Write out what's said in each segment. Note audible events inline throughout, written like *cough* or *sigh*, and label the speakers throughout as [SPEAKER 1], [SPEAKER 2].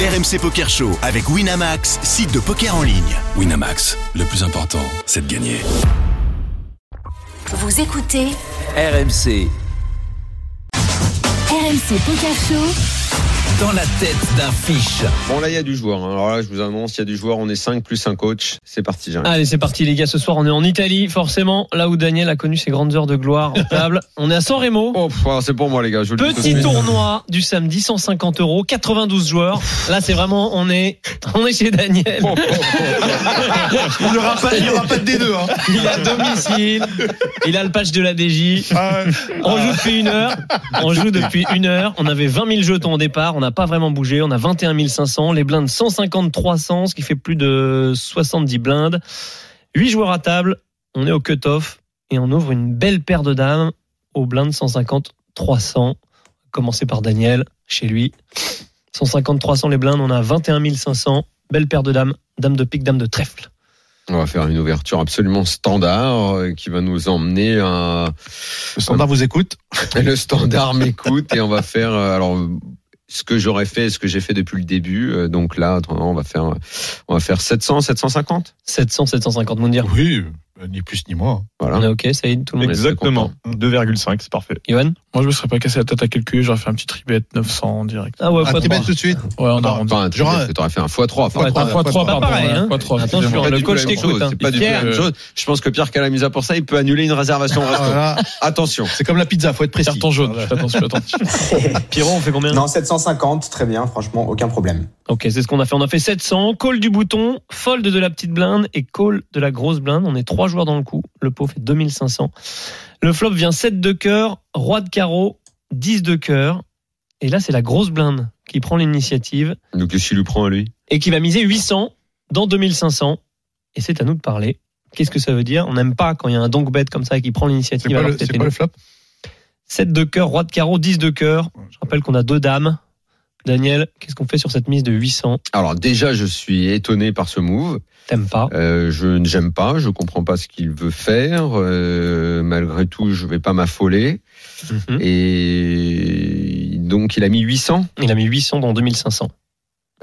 [SPEAKER 1] RMC Poker Show avec Winamax, site de poker en ligne.
[SPEAKER 2] Winamax, le plus important, c'est de gagner.
[SPEAKER 3] Vous écoutez
[SPEAKER 4] RMC,
[SPEAKER 3] RMC Poker Show.
[SPEAKER 4] dans la tête d'un fiche.
[SPEAKER 5] Bon là il y a du joueur. hein. Alors là je vous annonce, il y a du joueur, on est 5 plus un coach. C'est parti Jean.
[SPEAKER 6] Allez, c'est parti les gars. Ce soir, on est en Italie, forcément, là où Daniel a connu ses grandes heures de gloire en table.
[SPEAKER 5] *laughs*
[SPEAKER 6] On est à San Remo.
[SPEAKER 5] Oh, pff, alors, c'est pour moi les gars, je vous le dis tout de
[SPEAKER 6] Petit
[SPEAKER 5] suite.
[SPEAKER 6] tournoi du samedi, 150 euros, 92 joueurs. Là, c'est vraiment, on est, on est chez Daniel.
[SPEAKER 5] Oh, oh, oh.
[SPEAKER 7] Il n'y aura, pas- il y aura pas de D2. Hein.
[SPEAKER 6] Il a domicile, il a le patch de la DJ.
[SPEAKER 7] Ah,
[SPEAKER 6] On joue depuis une heure. On joue depuis une heure. On avait 20 000 jetons au départ. On n'a pas vraiment bougé. On a 21 500. Les blindes 150 300, ce qui fait plus de 70 blindes. 8 joueurs à table. On est au cut-off et on ouvre une belle paire de dames aux blindes 150 300. Commencé par Daniel chez lui. 150 300 les blindes. On a 21 500. Belle paire de dames. Dame de pique, dame de trèfle.
[SPEAKER 5] On va faire une ouverture absolument standard euh, qui va nous emmener à
[SPEAKER 7] le standard vous écoute.
[SPEAKER 5] *laughs* le standard m'écoute et on va faire euh, alors euh, ce que j'aurais fait, ce que j'ai fait depuis le début. Euh, Donc là, attends, on va faire, euh, on va faire 700, 750.
[SPEAKER 6] 700, 750, mon dire.
[SPEAKER 7] Oui, euh, ni plus ni moins.
[SPEAKER 5] Voilà.
[SPEAKER 6] On est Ah, OK, Saïd, tout le
[SPEAKER 5] On est content.
[SPEAKER 6] monde.
[SPEAKER 8] 2,5, c'est parfait.
[SPEAKER 6] Yoann
[SPEAKER 8] Moi, je me serais pas cassé la tête à calculer, j'aurais fait un petit tribet 900 en direct.
[SPEAKER 6] Ah ouais,
[SPEAKER 7] Ah,
[SPEAKER 6] pas de
[SPEAKER 7] t'es bête tout de suite.
[SPEAKER 8] Ouais, on
[SPEAKER 7] Attends,
[SPEAKER 8] a rendu.
[SPEAKER 5] Enfin, tu
[SPEAKER 7] Genre,
[SPEAKER 5] aurais fait un x3.
[SPEAKER 6] Ah, Ouais,
[SPEAKER 7] Trois,
[SPEAKER 8] Un fois
[SPEAKER 7] fois
[SPEAKER 8] 3
[SPEAKER 7] trois,
[SPEAKER 8] pardon.
[SPEAKER 6] pas pareil, hein.
[SPEAKER 8] Fois trois,
[SPEAKER 6] Attention,
[SPEAKER 8] excusez-moi.
[SPEAKER 6] le
[SPEAKER 5] du tout
[SPEAKER 6] coach
[SPEAKER 5] la même
[SPEAKER 6] t'écoute,
[SPEAKER 5] chose.
[SPEAKER 6] hein.
[SPEAKER 5] C'est pas du tout la
[SPEAKER 6] Pierre.
[SPEAKER 5] même chose. Je pense que Pierre Calamusa pour ça, il peut annuler une réservation. au *laughs* resto.
[SPEAKER 7] Voilà.
[SPEAKER 5] Attention.
[SPEAKER 7] *laughs* C'est comme la pizza, faut être précis.
[SPEAKER 8] Carton jaune,
[SPEAKER 6] Ah,
[SPEAKER 8] je fais attention, je fais attention.
[SPEAKER 6] *laughs* Pierrot, on fait combien
[SPEAKER 9] Non, 750, très bien, franchement, aucun problème.
[SPEAKER 6] Ok, c'est ce qu'on a fait. On a fait 700, call du bouton, fold de la petite blinde et call de la grosse blinde. On est trois joueurs dans le coup. Le pot fait 2500. Le flop vient 7 de cœur, roi de carreau, 10 de cœur. Et là, c'est la grosse blinde qui prend l'initiative
[SPEAKER 5] Donc qu'est-ce qu'il lui prend à lui
[SPEAKER 6] et qui va miser 800 dans 2500. Et c'est à nous de parler. Qu'est-ce que ça veut dire On n'aime pas quand il y a un donk bet comme ça qui prend
[SPEAKER 7] C'est
[SPEAKER 6] l'initiative.
[SPEAKER 7] quoi,
[SPEAKER 6] alors
[SPEAKER 7] le,
[SPEAKER 6] que c'était
[SPEAKER 7] c'est quoi
[SPEAKER 6] nous.
[SPEAKER 7] le flop
[SPEAKER 6] 7 de cœur, roi de carreau, 10 de cœur. Je rappelle qu'on a deux dames. Daniel, qu'est-ce qu'on fait sur cette mise de 800
[SPEAKER 5] Alors déjà, je suis étonné par ce move.
[SPEAKER 6] T'aimes
[SPEAKER 5] *laughs*
[SPEAKER 6] pas
[SPEAKER 5] Euh, je ne j'aime pas, je comprends pas ce qu'il veut faire. Euh, malgré tout, je vais pas m'affoler. Hum.
[SPEAKER 6] Mhm.
[SPEAKER 5] Et donc, il a mis 800.
[SPEAKER 6] Il a mis 800 dans 2500.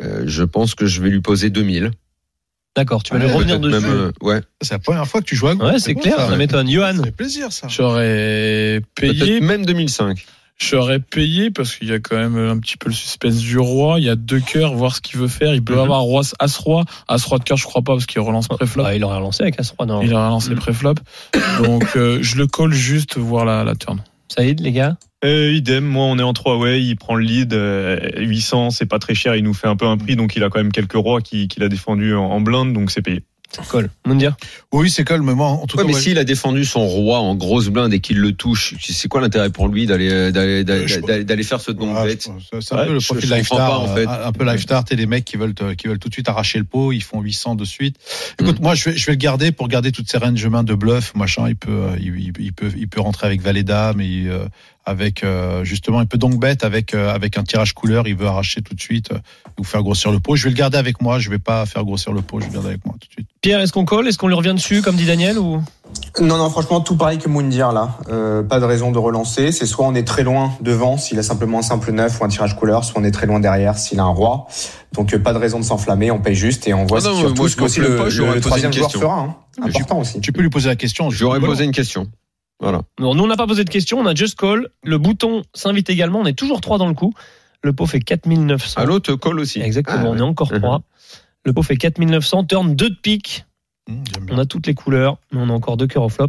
[SPEAKER 5] Euh, je pense que je vais lui poser 2000.
[SPEAKER 6] D'accord, tu vas
[SPEAKER 7] Ouais,
[SPEAKER 6] lui revenir
[SPEAKER 5] Peut-être
[SPEAKER 6] dessus.
[SPEAKER 5] même, euh, ouais.
[SPEAKER 7] C'est la première fois que tu joues à gauche.
[SPEAKER 6] Ouais, c'est
[SPEAKER 7] bon,
[SPEAKER 6] clair, ça, m'étonne. Johan,
[SPEAKER 7] Ça fait plaisir, ça.
[SPEAKER 8] J'aurais
[SPEAKER 5] Peut-être
[SPEAKER 8] payé,
[SPEAKER 5] même 2005.
[SPEAKER 8] j'aurais payé parce qu'il y a quand même un petit peu le suspense du roi. Il y a deux cœurs, voir ce qu'il veut faire. Il peut
[SPEAKER 6] Mhm.
[SPEAKER 8] avoir roi, as roi, as roi de cœur, je crois pas parce qu'il relance préflop.
[SPEAKER 6] Bah, il aurait relancé avec As-Roi. Non.
[SPEAKER 8] Il a relancé
[SPEAKER 6] Mhm.
[SPEAKER 8] préflop. Donc, euh, je le colle juste voir la, la turn.
[SPEAKER 6] Saïd, les gars
[SPEAKER 10] Euh, idem, moi on est en 3 way, il prend le lead, euh, 800 c'est pas très cher, il nous fait un peu un prix, donc il a quand même quelques rois qui- qu'il a défendu en, en blinde, donc c'est payé.
[SPEAKER 6] Ça colle. Mundia
[SPEAKER 7] Oui, c'est calme, mais moi, en tout
[SPEAKER 5] Ouais,
[SPEAKER 7] cas,
[SPEAKER 5] mais
[SPEAKER 7] ouais.
[SPEAKER 5] s'il a défendu son roi en grosse blinde et qu'il le touche, c'est quoi l'intérêt pour lui d'aller d'aller
[SPEAKER 7] Euh, je-
[SPEAKER 5] d'aller- d'aller- d'aller faire ce don
[SPEAKER 7] Ah,
[SPEAKER 5] de
[SPEAKER 7] je
[SPEAKER 5] bête
[SPEAKER 7] pense, c'est un
[SPEAKER 5] Ouais,
[SPEAKER 7] peu le
[SPEAKER 5] je-
[SPEAKER 7] profil
[SPEAKER 5] je comprends
[SPEAKER 7] Lifestart.
[SPEAKER 5] pas, en fait.
[SPEAKER 7] euh, Un peu Lifestart et des mecs qui veulent, te- qui veulent tout de suite arracher le pot, ils font 800 de suite.
[SPEAKER 5] Mm.
[SPEAKER 7] Écoute, moi, je vais, je vais le garder pour garder toutes ces ranges mains de bluff, machin. Il peut, euh, il, il- il peut, il peut rentrer avec valet dame et euh, avec, euh, justement, il peut donc bête avec, euh, avec un tirage couleur. Il veut arracher tout de suite euh, ou faire grossir le pot. Je vais le garder avec moi. Je vais pas faire grossir le pot. Je vais le garder avec moi tout de suite.
[SPEAKER 6] Pierre, est-ce qu'on colle Est-ce qu'on lui revient dessus, comme dit Daniel ou...
[SPEAKER 9] Non, non, franchement, tout pareil que Moundir là. Euh, pas de raison de relancer. C'est soit on est très loin devant s'il a simplement un simple 9 ou un tirage couleur, soit on est très loin derrière s'il a un roi. Donc euh, pas de raison de s'enflammer, on paye juste et on voit
[SPEAKER 5] Ah non,
[SPEAKER 9] surtout
[SPEAKER 5] moi,
[SPEAKER 9] ce
[SPEAKER 5] je me
[SPEAKER 9] qu'aussi
[SPEAKER 5] plains
[SPEAKER 9] le,
[SPEAKER 5] pas,
[SPEAKER 9] le
[SPEAKER 5] j'aurais posé
[SPEAKER 9] troisième
[SPEAKER 5] une
[SPEAKER 9] joueur
[SPEAKER 5] question. Ah,
[SPEAKER 9] fera. Hein. Important aussi.
[SPEAKER 7] Tu peux lui poser la question.
[SPEAKER 5] J'aurais
[SPEAKER 7] Voilà.
[SPEAKER 5] posé une question. Voilà.
[SPEAKER 6] Non, Nous, on n'a pas posé de question, on a just call. Le bouton s'invite également, on est toujours 3 dans le coup. Le pot fait 4900.
[SPEAKER 5] À l'autre colle aussi.
[SPEAKER 6] Exactement,
[SPEAKER 5] Ah,
[SPEAKER 6] on est encore
[SPEAKER 5] Mhm.
[SPEAKER 6] 3. Le pot fait 4900, turn 2 de pique.
[SPEAKER 7] Hum, j'aime bien.
[SPEAKER 6] On a toutes les couleurs, mais on a encore deux cœurs au flop.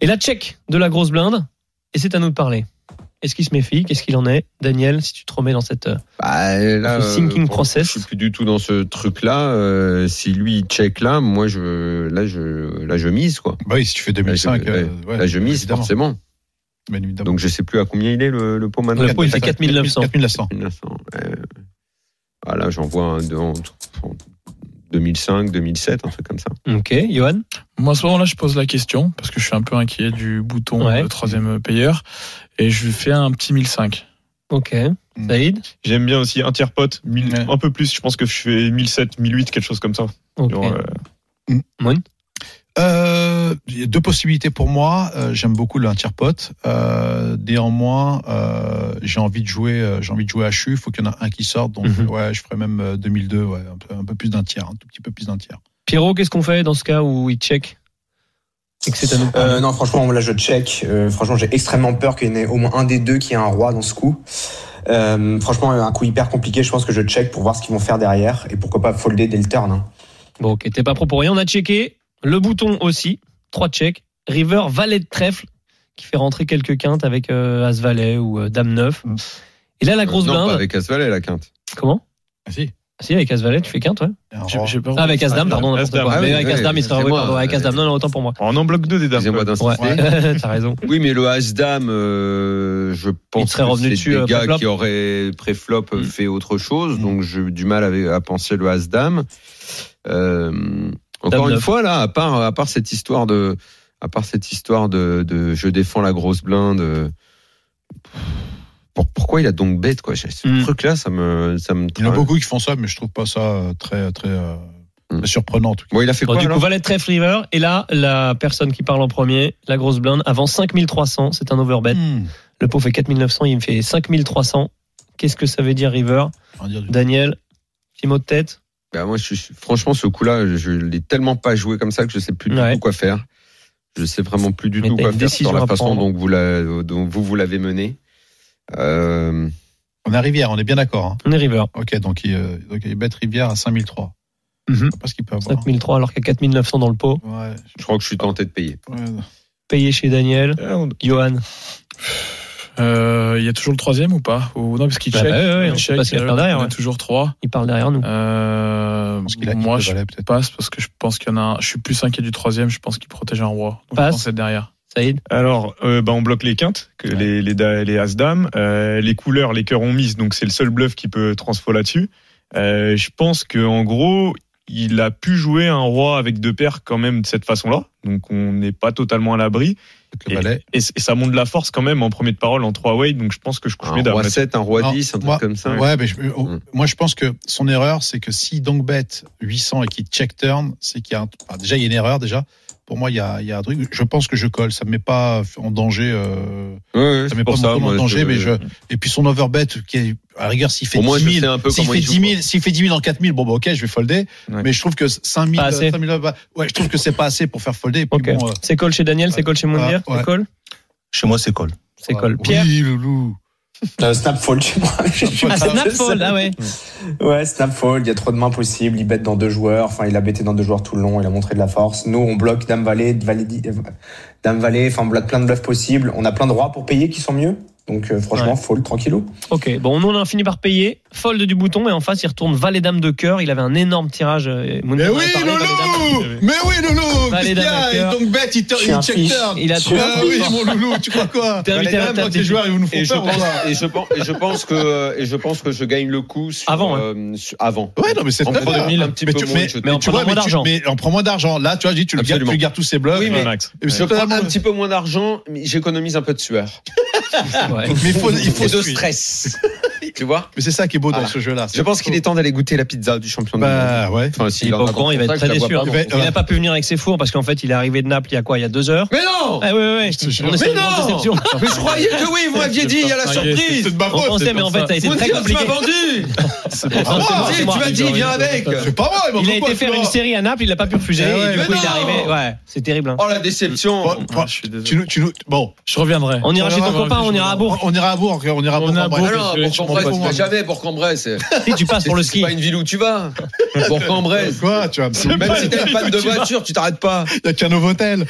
[SPEAKER 6] Et la check de la grosse blinde, et c'est à nous de parler. Est-ce qu'il se méfie Qu'est-ce qu'il en est Daniel, si tu te remets dans cette... euh,
[SPEAKER 5] Bah, là,
[SPEAKER 6] Ce thinking
[SPEAKER 5] euh,
[SPEAKER 6] process.
[SPEAKER 5] Je suis plus du tout dans ce truc-là. Euh, si lui il check là, moi je là je là je mise quoi.
[SPEAKER 7] Bah oui, si tu fais
[SPEAKER 5] Là,
[SPEAKER 7] 2005.
[SPEAKER 5] je-
[SPEAKER 7] euh, ouais,
[SPEAKER 5] là je mise
[SPEAKER 7] évidemment.
[SPEAKER 5] forcément.
[SPEAKER 7] Bien évidemment.
[SPEAKER 5] Donc je sais plus à combien il est le, le pot maintenant.
[SPEAKER 6] Le pot, il fait 4900.
[SPEAKER 7] 4900.
[SPEAKER 5] 1900. Ouais. Ah, là j'en vois un de entre- entre 2005, 2007, un truc comme ça.
[SPEAKER 6] Ok, Johan
[SPEAKER 8] Moi, à ce moment-là, je pose la question parce que je suis un peu inquiet du bouton
[SPEAKER 6] Ouais.
[SPEAKER 8] euh, troisième payeur et je lui fais un petit 1005.
[SPEAKER 6] Ok.
[SPEAKER 7] Mm.
[SPEAKER 6] Saïd
[SPEAKER 10] J'aime bien aussi un tiers pote, mille-
[SPEAKER 7] Ouais.
[SPEAKER 5] euh,
[SPEAKER 10] euh, un peu plus, je pense que je fais 1007, 1008, quelque chose comme ça.
[SPEAKER 6] Ok.
[SPEAKER 10] Genre, euh,
[SPEAKER 7] Euh, il y a deux possibilités pour moi. Euh, J'aime beaucoup le un tiers pote. Euh, néanmoins, euh, j'ai envie de jouer. euh, j'ai envie de jouer à CHU. Il faut qu'il y en a un qui sorte. Donc
[SPEAKER 6] Mhm.
[SPEAKER 7] ouais, je ferais même euh, 2002. Ouais, un peu, un peu plus d'un tiers, un tout petit peu plus d'un tiers.
[SPEAKER 6] Pierrot, qu'est-ce qu'on fait dans ce cas où il check et que c'est à nous de parler
[SPEAKER 9] Euh, non, franchement, là, je check. Euh, franchement, j'ai extrêmement peur qu'il y en ait au moins un des deux qui ait un roi dans ce coup. Euh, franchement, un coup hyper compliqué. Je pense que je check pour voir ce qu'ils vont faire derrière et pourquoi pas folder dès le turn. hein.
[SPEAKER 6] Bon, ok, t'es pas pro pour rien. On a checké le bouton aussi. Trois checks. River, valet de trèfle, qui fait rentrer quelques quintes avec euh, As valet ou euh, Dame 9. Et là, la grosse
[SPEAKER 5] Mm. Euh, non,
[SPEAKER 6] blinde.
[SPEAKER 5] pas avec Asvalet, la quinte.
[SPEAKER 6] Comment
[SPEAKER 7] Ah si.
[SPEAKER 6] Ah Si, avec As valet, tu fais quinte, ouais.
[SPEAKER 7] il y a un
[SPEAKER 8] J'ai-
[SPEAKER 7] roi.
[SPEAKER 8] j'ai pas-
[SPEAKER 6] Ah, avec As dame,
[SPEAKER 8] Ah,
[SPEAKER 6] pardon, n'importe
[SPEAKER 8] As-Dame.
[SPEAKER 6] quoi.
[SPEAKER 5] Ah
[SPEAKER 6] Mais
[SPEAKER 5] oui,
[SPEAKER 6] avec
[SPEAKER 5] oui,
[SPEAKER 6] As dame, il sera
[SPEAKER 5] excusez-moi.
[SPEAKER 6] pardon, avec As dame. Non, non, autant pour moi.
[SPEAKER 10] On en bloque deux des dames.
[SPEAKER 5] Excusez-moi
[SPEAKER 10] quoi.
[SPEAKER 5] d'insister.
[SPEAKER 6] Ouais, *laughs* t'as raison.
[SPEAKER 5] Oui, mais le As Dame, euh, je pense
[SPEAKER 6] serait revenu
[SPEAKER 5] que
[SPEAKER 6] dessus,
[SPEAKER 5] c'est des
[SPEAKER 6] euh,
[SPEAKER 5] gars
[SPEAKER 6] pré-flop.
[SPEAKER 5] qui auraient pré-flop euh,
[SPEAKER 6] Mm.
[SPEAKER 5] fait autre chose, donc j'ai eu du mal à, à penser le As Dame. Euh, encore
[SPEAKER 6] Dame
[SPEAKER 5] une
[SPEAKER 6] neuf.
[SPEAKER 5] fois, là, à part, à part cette histoire de, à part cette histoire de, de je défends la grosse blinde. euh, pour- pourquoi il a donc bête quoi Ce
[SPEAKER 6] Mm.
[SPEAKER 5] truc-là, ça me, ça me.
[SPEAKER 7] Il y en a
[SPEAKER 5] travaille.
[SPEAKER 7] beaucoup qui font ça, mais je trouve pas ça euh, très très, euh,
[SPEAKER 5] Mm.
[SPEAKER 7] très surprenant en tout cas.
[SPEAKER 5] Bon, il a fait
[SPEAKER 6] Bon,
[SPEAKER 5] quoi
[SPEAKER 6] du coup,
[SPEAKER 5] alors
[SPEAKER 6] valet de trèfle river. Et là, la personne qui parle en premier, la grosse blinde, avant 5300, c'est un overbet.
[SPEAKER 7] Hmm.
[SPEAKER 6] Le pot fait 4900, il me fait 5300. Qu'est-ce que ça veut dire river
[SPEAKER 7] Rien à dire du-
[SPEAKER 6] Daniel, petit mot de tête.
[SPEAKER 5] Bah, moi, je suis- franchement, ce coup-là, je l'ai tellement pas joué comme ça que je sais plus du
[SPEAKER 6] Ouais.
[SPEAKER 5] tout quoi faire. Je sais vraiment plus du
[SPEAKER 6] Mais
[SPEAKER 5] tout
[SPEAKER 6] t'as
[SPEAKER 5] quoi
[SPEAKER 6] une
[SPEAKER 5] faire
[SPEAKER 6] décision
[SPEAKER 5] sur la
[SPEAKER 6] à
[SPEAKER 5] façon
[SPEAKER 6] prendre.
[SPEAKER 5] dont vous, la- dont vous vous l'avez mené. Euh,
[SPEAKER 7] On a Rivière, on est bien d'accord. hein.
[SPEAKER 6] On est river.
[SPEAKER 7] Ok, donc il, euh, donc il bet Rivière à 5003.
[SPEAKER 6] Mhm.
[SPEAKER 7] Je sais pas ce qu'il peut avoir.
[SPEAKER 6] 5003 alors qu'il y a 4900 dans le pot.
[SPEAKER 7] Ouais,
[SPEAKER 5] je crois que je suis tenté de payer.
[SPEAKER 7] ouais, non.
[SPEAKER 6] Payé chez Daniel. Johan.
[SPEAKER 8] Euh, Il y a toujours le troisième ou pas Ou- Non, parce qu'il
[SPEAKER 6] Bah,
[SPEAKER 8] check.
[SPEAKER 6] bah, ouais, ouais,
[SPEAKER 8] il
[SPEAKER 6] on sait
[SPEAKER 8] check,
[SPEAKER 6] pas ce qu'il y a
[SPEAKER 8] euh,
[SPEAKER 6] par derrière,
[SPEAKER 8] on a
[SPEAKER 6] ouais.
[SPEAKER 8] toujours trois.
[SPEAKER 6] Il parle derrière nous.
[SPEAKER 8] Euh,
[SPEAKER 7] Je pense qu'il a
[SPEAKER 8] moi,
[SPEAKER 7] quitté
[SPEAKER 8] je
[SPEAKER 7] Valais, peut-être.
[SPEAKER 8] passe parce que je pense qu'il y en a un. Je suis plus inquiet du troisième. Je pense qu'il protège un roi. Donc,
[SPEAKER 6] Passe.
[SPEAKER 8] je pense être derrière.
[SPEAKER 6] Saïd.
[SPEAKER 10] Alors, euh, bah, on bloque les quintes, que les, les, da- les As-Dames, euh, les couleurs, les cœurs ont mise, donc c'est le seul bluff qui peut transfo là-dessus. Euh, je pense que en gros, il a pu jouer un roi avec deux paires quand même de cette façon-là, donc on n'est pas totalement à l'abri.
[SPEAKER 7] Le valet.
[SPEAKER 10] Et, c- et ça monte de la force quand même en premier de parole en 3-way, donc je pense que je couche mes
[SPEAKER 5] Un
[SPEAKER 10] dames.
[SPEAKER 5] roi 7, un roi
[SPEAKER 7] Non,
[SPEAKER 5] 10, un truc
[SPEAKER 7] moi-
[SPEAKER 5] comme ça.
[SPEAKER 7] Ouais, mais je- euh,
[SPEAKER 5] Mm.
[SPEAKER 7] moi je pense que son erreur, c'est que si donc bet 800 et qu'il check turn, c'est qu'il y a un- ah, déjà il y a une erreur déjà. Pour moi, il y a, il y a un truc. Je pense que je colle. Ça me met pas en danger. euh,
[SPEAKER 5] Ouais, ouais,
[SPEAKER 7] ça
[SPEAKER 5] c'est
[SPEAKER 7] me met pas
[SPEAKER 5] pour ça.
[SPEAKER 7] beaucoup
[SPEAKER 5] moi,
[SPEAKER 7] en danger.
[SPEAKER 5] je-
[SPEAKER 7] Mais je et puis son overbet qui est à la rigueur s'il fait
[SPEAKER 5] Au moins,
[SPEAKER 7] 10
[SPEAKER 5] je
[SPEAKER 7] 000
[SPEAKER 5] sais un peu
[SPEAKER 7] S'il
[SPEAKER 5] comment
[SPEAKER 7] fait,
[SPEAKER 5] il joue.
[SPEAKER 7] 10 000, s'il fait 10 000 en 4 000, bon, bah, ok, je vais folder.
[SPEAKER 10] Ouais.
[SPEAKER 7] Mais je trouve que 5 000,
[SPEAKER 6] Pas assez.
[SPEAKER 7] 5 000, bah, ouais, je trouve que c'est pas assez pour faire folder. Et puis,
[SPEAKER 6] Ok.
[SPEAKER 7] bon, euh,
[SPEAKER 6] C'est call chez Daniel, c'est call chez Mounir.
[SPEAKER 7] ouais.
[SPEAKER 6] C'est call
[SPEAKER 11] Chez moi, c'est call.
[SPEAKER 6] C'est call.
[SPEAKER 7] oui,
[SPEAKER 6] Pierre.
[SPEAKER 7] loulou.
[SPEAKER 9] Euh, snap fold, je sais pas. *laughs* Je suis
[SPEAKER 6] Ah,
[SPEAKER 9] pas
[SPEAKER 6] snap
[SPEAKER 9] seul.
[SPEAKER 6] fold, ah ouais.
[SPEAKER 9] Ouais, snap fold, il y a trop de mains possibles, il bête dans deux joueurs, enfin il a bêté dans deux joueurs tout le long, il a montré de la force. Nous on bloque Dame Valet, Valet, di- euh, Dame Valet, enfin on bloque plein de bluffs possibles, on a plein de rois pour payer qui sont mieux. Donc euh, franchement,
[SPEAKER 6] Ouais.
[SPEAKER 9] fold tranquillou.
[SPEAKER 6] Ok, bon, nous on a fini par payer. Fold du bouton et en face il retourne valet dame de cœur. Il avait un énorme tirage. euh,
[SPEAKER 7] Mais
[SPEAKER 6] Mounir en
[SPEAKER 7] oui,
[SPEAKER 6] a parlé, valet dame.
[SPEAKER 7] loulou Mais oui, loulou
[SPEAKER 6] Valet
[SPEAKER 7] Christian,
[SPEAKER 6] d'amateur.
[SPEAKER 7] et donc bête, il, te-
[SPEAKER 9] Je suis
[SPEAKER 7] il
[SPEAKER 9] un
[SPEAKER 7] check
[SPEAKER 9] fiche.
[SPEAKER 7] turn.
[SPEAKER 6] Il a trouvé
[SPEAKER 7] Ah
[SPEAKER 6] un
[SPEAKER 7] oui,
[SPEAKER 6] fiche.
[SPEAKER 7] mon loulou, tu crois quoi
[SPEAKER 6] T'es invité à la
[SPEAKER 7] Valet d'amateur,
[SPEAKER 6] table
[SPEAKER 7] tes
[SPEAKER 6] des-
[SPEAKER 7] joueurs, ils nous font
[SPEAKER 5] Et je,
[SPEAKER 7] peur.
[SPEAKER 5] pense,
[SPEAKER 7] voilà.
[SPEAKER 5] et, je pense, et je pense que et je pense que je gagne le coup sur,
[SPEAKER 6] Avant, hein.
[SPEAKER 5] euh, sur- avant.
[SPEAKER 7] Ouais, non, mais c'est
[SPEAKER 5] En
[SPEAKER 7] très
[SPEAKER 5] prenant
[SPEAKER 7] bien.
[SPEAKER 5] un petit
[SPEAKER 7] mais
[SPEAKER 5] peu
[SPEAKER 7] tu,
[SPEAKER 5] moins
[SPEAKER 7] mais,
[SPEAKER 5] de shots.
[SPEAKER 6] Mais en
[SPEAKER 7] tu vois,
[SPEAKER 6] prenant moins
[SPEAKER 7] mais tu-
[SPEAKER 6] d'argent.
[SPEAKER 7] mais en prends moins d'argent. Là, tu vois, je dis, tu le gardes,
[SPEAKER 5] Absolument.
[SPEAKER 7] tu gardes tous ses bluffs.
[SPEAKER 5] Oui,
[SPEAKER 10] Ouais,
[SPEAKER 5] mais-
[SPEAKER 10] Max.
[SPEAKER 7] Mais c'est
[SPEAKER 5] Je prends
[SPEAKER 7] totalement-
[SPEAKER 5] un petit peu moins d'argent, mais j'économise un peu de
[SPEAKER 7] *laughs*
[SPEAKER 5] sueur.
[SPEAKER 6] Ouais.
[SPEAKER 7] Mais il faut, il faut
[SPEAKER 5] Et de *laughs*
[SPEAKER 7] se-
[SPEAKER 5] stress. tu vois
[SPEAKER 7] Mais c'est ça qui est beau dans
[SPEAKER 5] Voilà.
[SPEAKER 7] ce jeu-là.
[SPEAKER 5] Je pense qu'il est temps d'aller goûter la pizza du champion du monde.
[SPEAKER 7] Bah ouais.
[SPEAKER 5] Enfin, s'il
[SPEAKER 6] Il est
[SPEAKER 5] en
[SPEAKER 6] pas
[SPEAKER 5] a
[SPEAKER 6] au courant,
[SPEAKER 5] pour
[SPEAKER 6] il va
[SPEAKER 5] ça,
[SPEAKER 6] être
[SPEAKER 5] je la
[SPEAKER 6] très
[SPEAKER 5] vois
[SPEAKER 6] déçu.
[SPEAKER 5] pas
[SPEAKER 6] hein.
[SPEAKER 5] pour
[SPEAKER 7] Il
[SPEAKER 5] ça.
[SPEAKER 7] va-
[SPEAKER 6] Il n'a pas pu venir avec ses fours parce qu'en fait il est arrivé de Naples il y a quoi Il y a deux heures.
[SPEAKER 5] Mais non
[SPEAKER 6] Ah ouais, ouais, ouais. On
[SPEAKER 5] Mais
[SPEAKER 6] essaie de grande déception.
[SPEAKER 5] non Mais je croyais que oui, vous m'aviez dit, il y a la surprise Ah,
[SPEAKER 7] de ma
[SPEAKER 6] On pensait,
[SPEAKER 7] c'est
[SPEAKER 6] mais
[SPEAKER 7] pour
[SPEAKER 6] en fait,
[SPEAKER 7] ça.
[SPEAKER 6] ça a été
[SPEAKER 5] Mon
[SPEAKER 6] très
[SPEAKER 5] Dieu, tu m'as
[SPEAKER 6] compliqué.
[SPEAKER 5] vendu
[SPEAKER 8] Ah,
[SPEAKER 6] C'est
[SPEAKER 7] pas
[SPEAKER 6] pour ça,
[SPEAKER 5] Si,
[SPEAKER 6] c'est
[SPEAKER 5] Tu
[SPEAKER 6] moi.
[SPEAKER 5] m'as dit, viens avec
[SPEAKER 7] C'est pas moi,
[SPEAKER 6] Il a été faire une série à Naples, il n'a pas pu refuser.
[SPEAKER 7] Eh ouais,
[SPEAKER 6] et du
[SPEAKER 5] mais
[SPEAKER 6] coup, il est
[SPEAKER 5] non.
[SPEAKER 6] arrivé. Ouais, c'est terrible. hein.
[SPEAKER 5] Oh la déception
[SPEAKER 7] Bon, bon,
[SPEAKER 8] je suis désolé.
[SPEAKER 7] Tu nous, tu nous, bon,
[SPEAKER 8] Je reviendrai.
[SPEAKER 6] On ira chez ton
[SPEAKER 8] reviendra,
[SPEAKER 6] copain,
[SPEAKER 8] je
[SPEAKER 6] on ira
[SPEAKER 8] reviendrai.
[SPEAKER 6] à
[SPEAKER 7] on
[SPEAKER 6] Bourg.
[SPEAKER 7] on ira à Bourg, on ira à Bourg.
[SPEAKER 8] On est
[SPEAKER 7] enfin,
[SPEAKER 8] à Bourg.
[SPEAKER 7] bref.
[SPEAKER 5] alors,
[SPEAKER 8] je- je
[SPEAKER 5] Bourg-en-Bresse,
[SPEAKER 8] comprends
[SPEAKER 5] tu
[SPEAKER 8] pas.
[SPEAKER 5] vas jamais Bourg-en-Bresse. C'est
[SPEAKER 6] Si tu passes *laughs* pour le
[SPEAKER 5] c'est
[SPEAKER 6] ski.
[SPEAKER 5] pas une ville où tu
[SPEAKER 6] *laughs*
[SPEAKER 5] vas. Bourg-en-Bresse.
[SPEAKER 7] Quoi, tu vas me
[SPEAKER 5] Même si t'as une panne de voiture, tu t'arrêtes pas.
[SPEAKER 7] Il y a qu'un Novotel.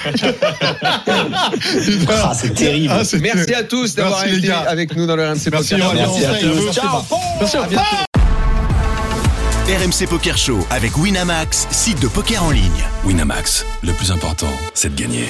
[SPEAKER 9] Ah, c'est terrible.
[SPEAKER 7] Ah, c'est-
[SPEAKER 5] Merci à tous d'avoir
[SPEAKER 7] Merci, les
[SPEAKER 5] été
[SPEAKER 7] gars.
[SPEAKER 5] avec nous dans le RMC
[SPEAKER 7] Merci,
[SPEAKER 5] Podcast.
[SPEAKER 7] Aurélien.
[SPEAKER 9] Merci à
[SPEAKER 7] Merci à
[SPEAKER 9] tous.
[SPEAKER 7] vous.
[SPEAKER 9] Ciao.
[SPEAKER 7] Merci, au revoir.
[SPEAKER 1] RMC Poker Show avec Winamax, site de poker en ligne.
[SPEAKER 2] Winamax, le plus important, c'est de gagner.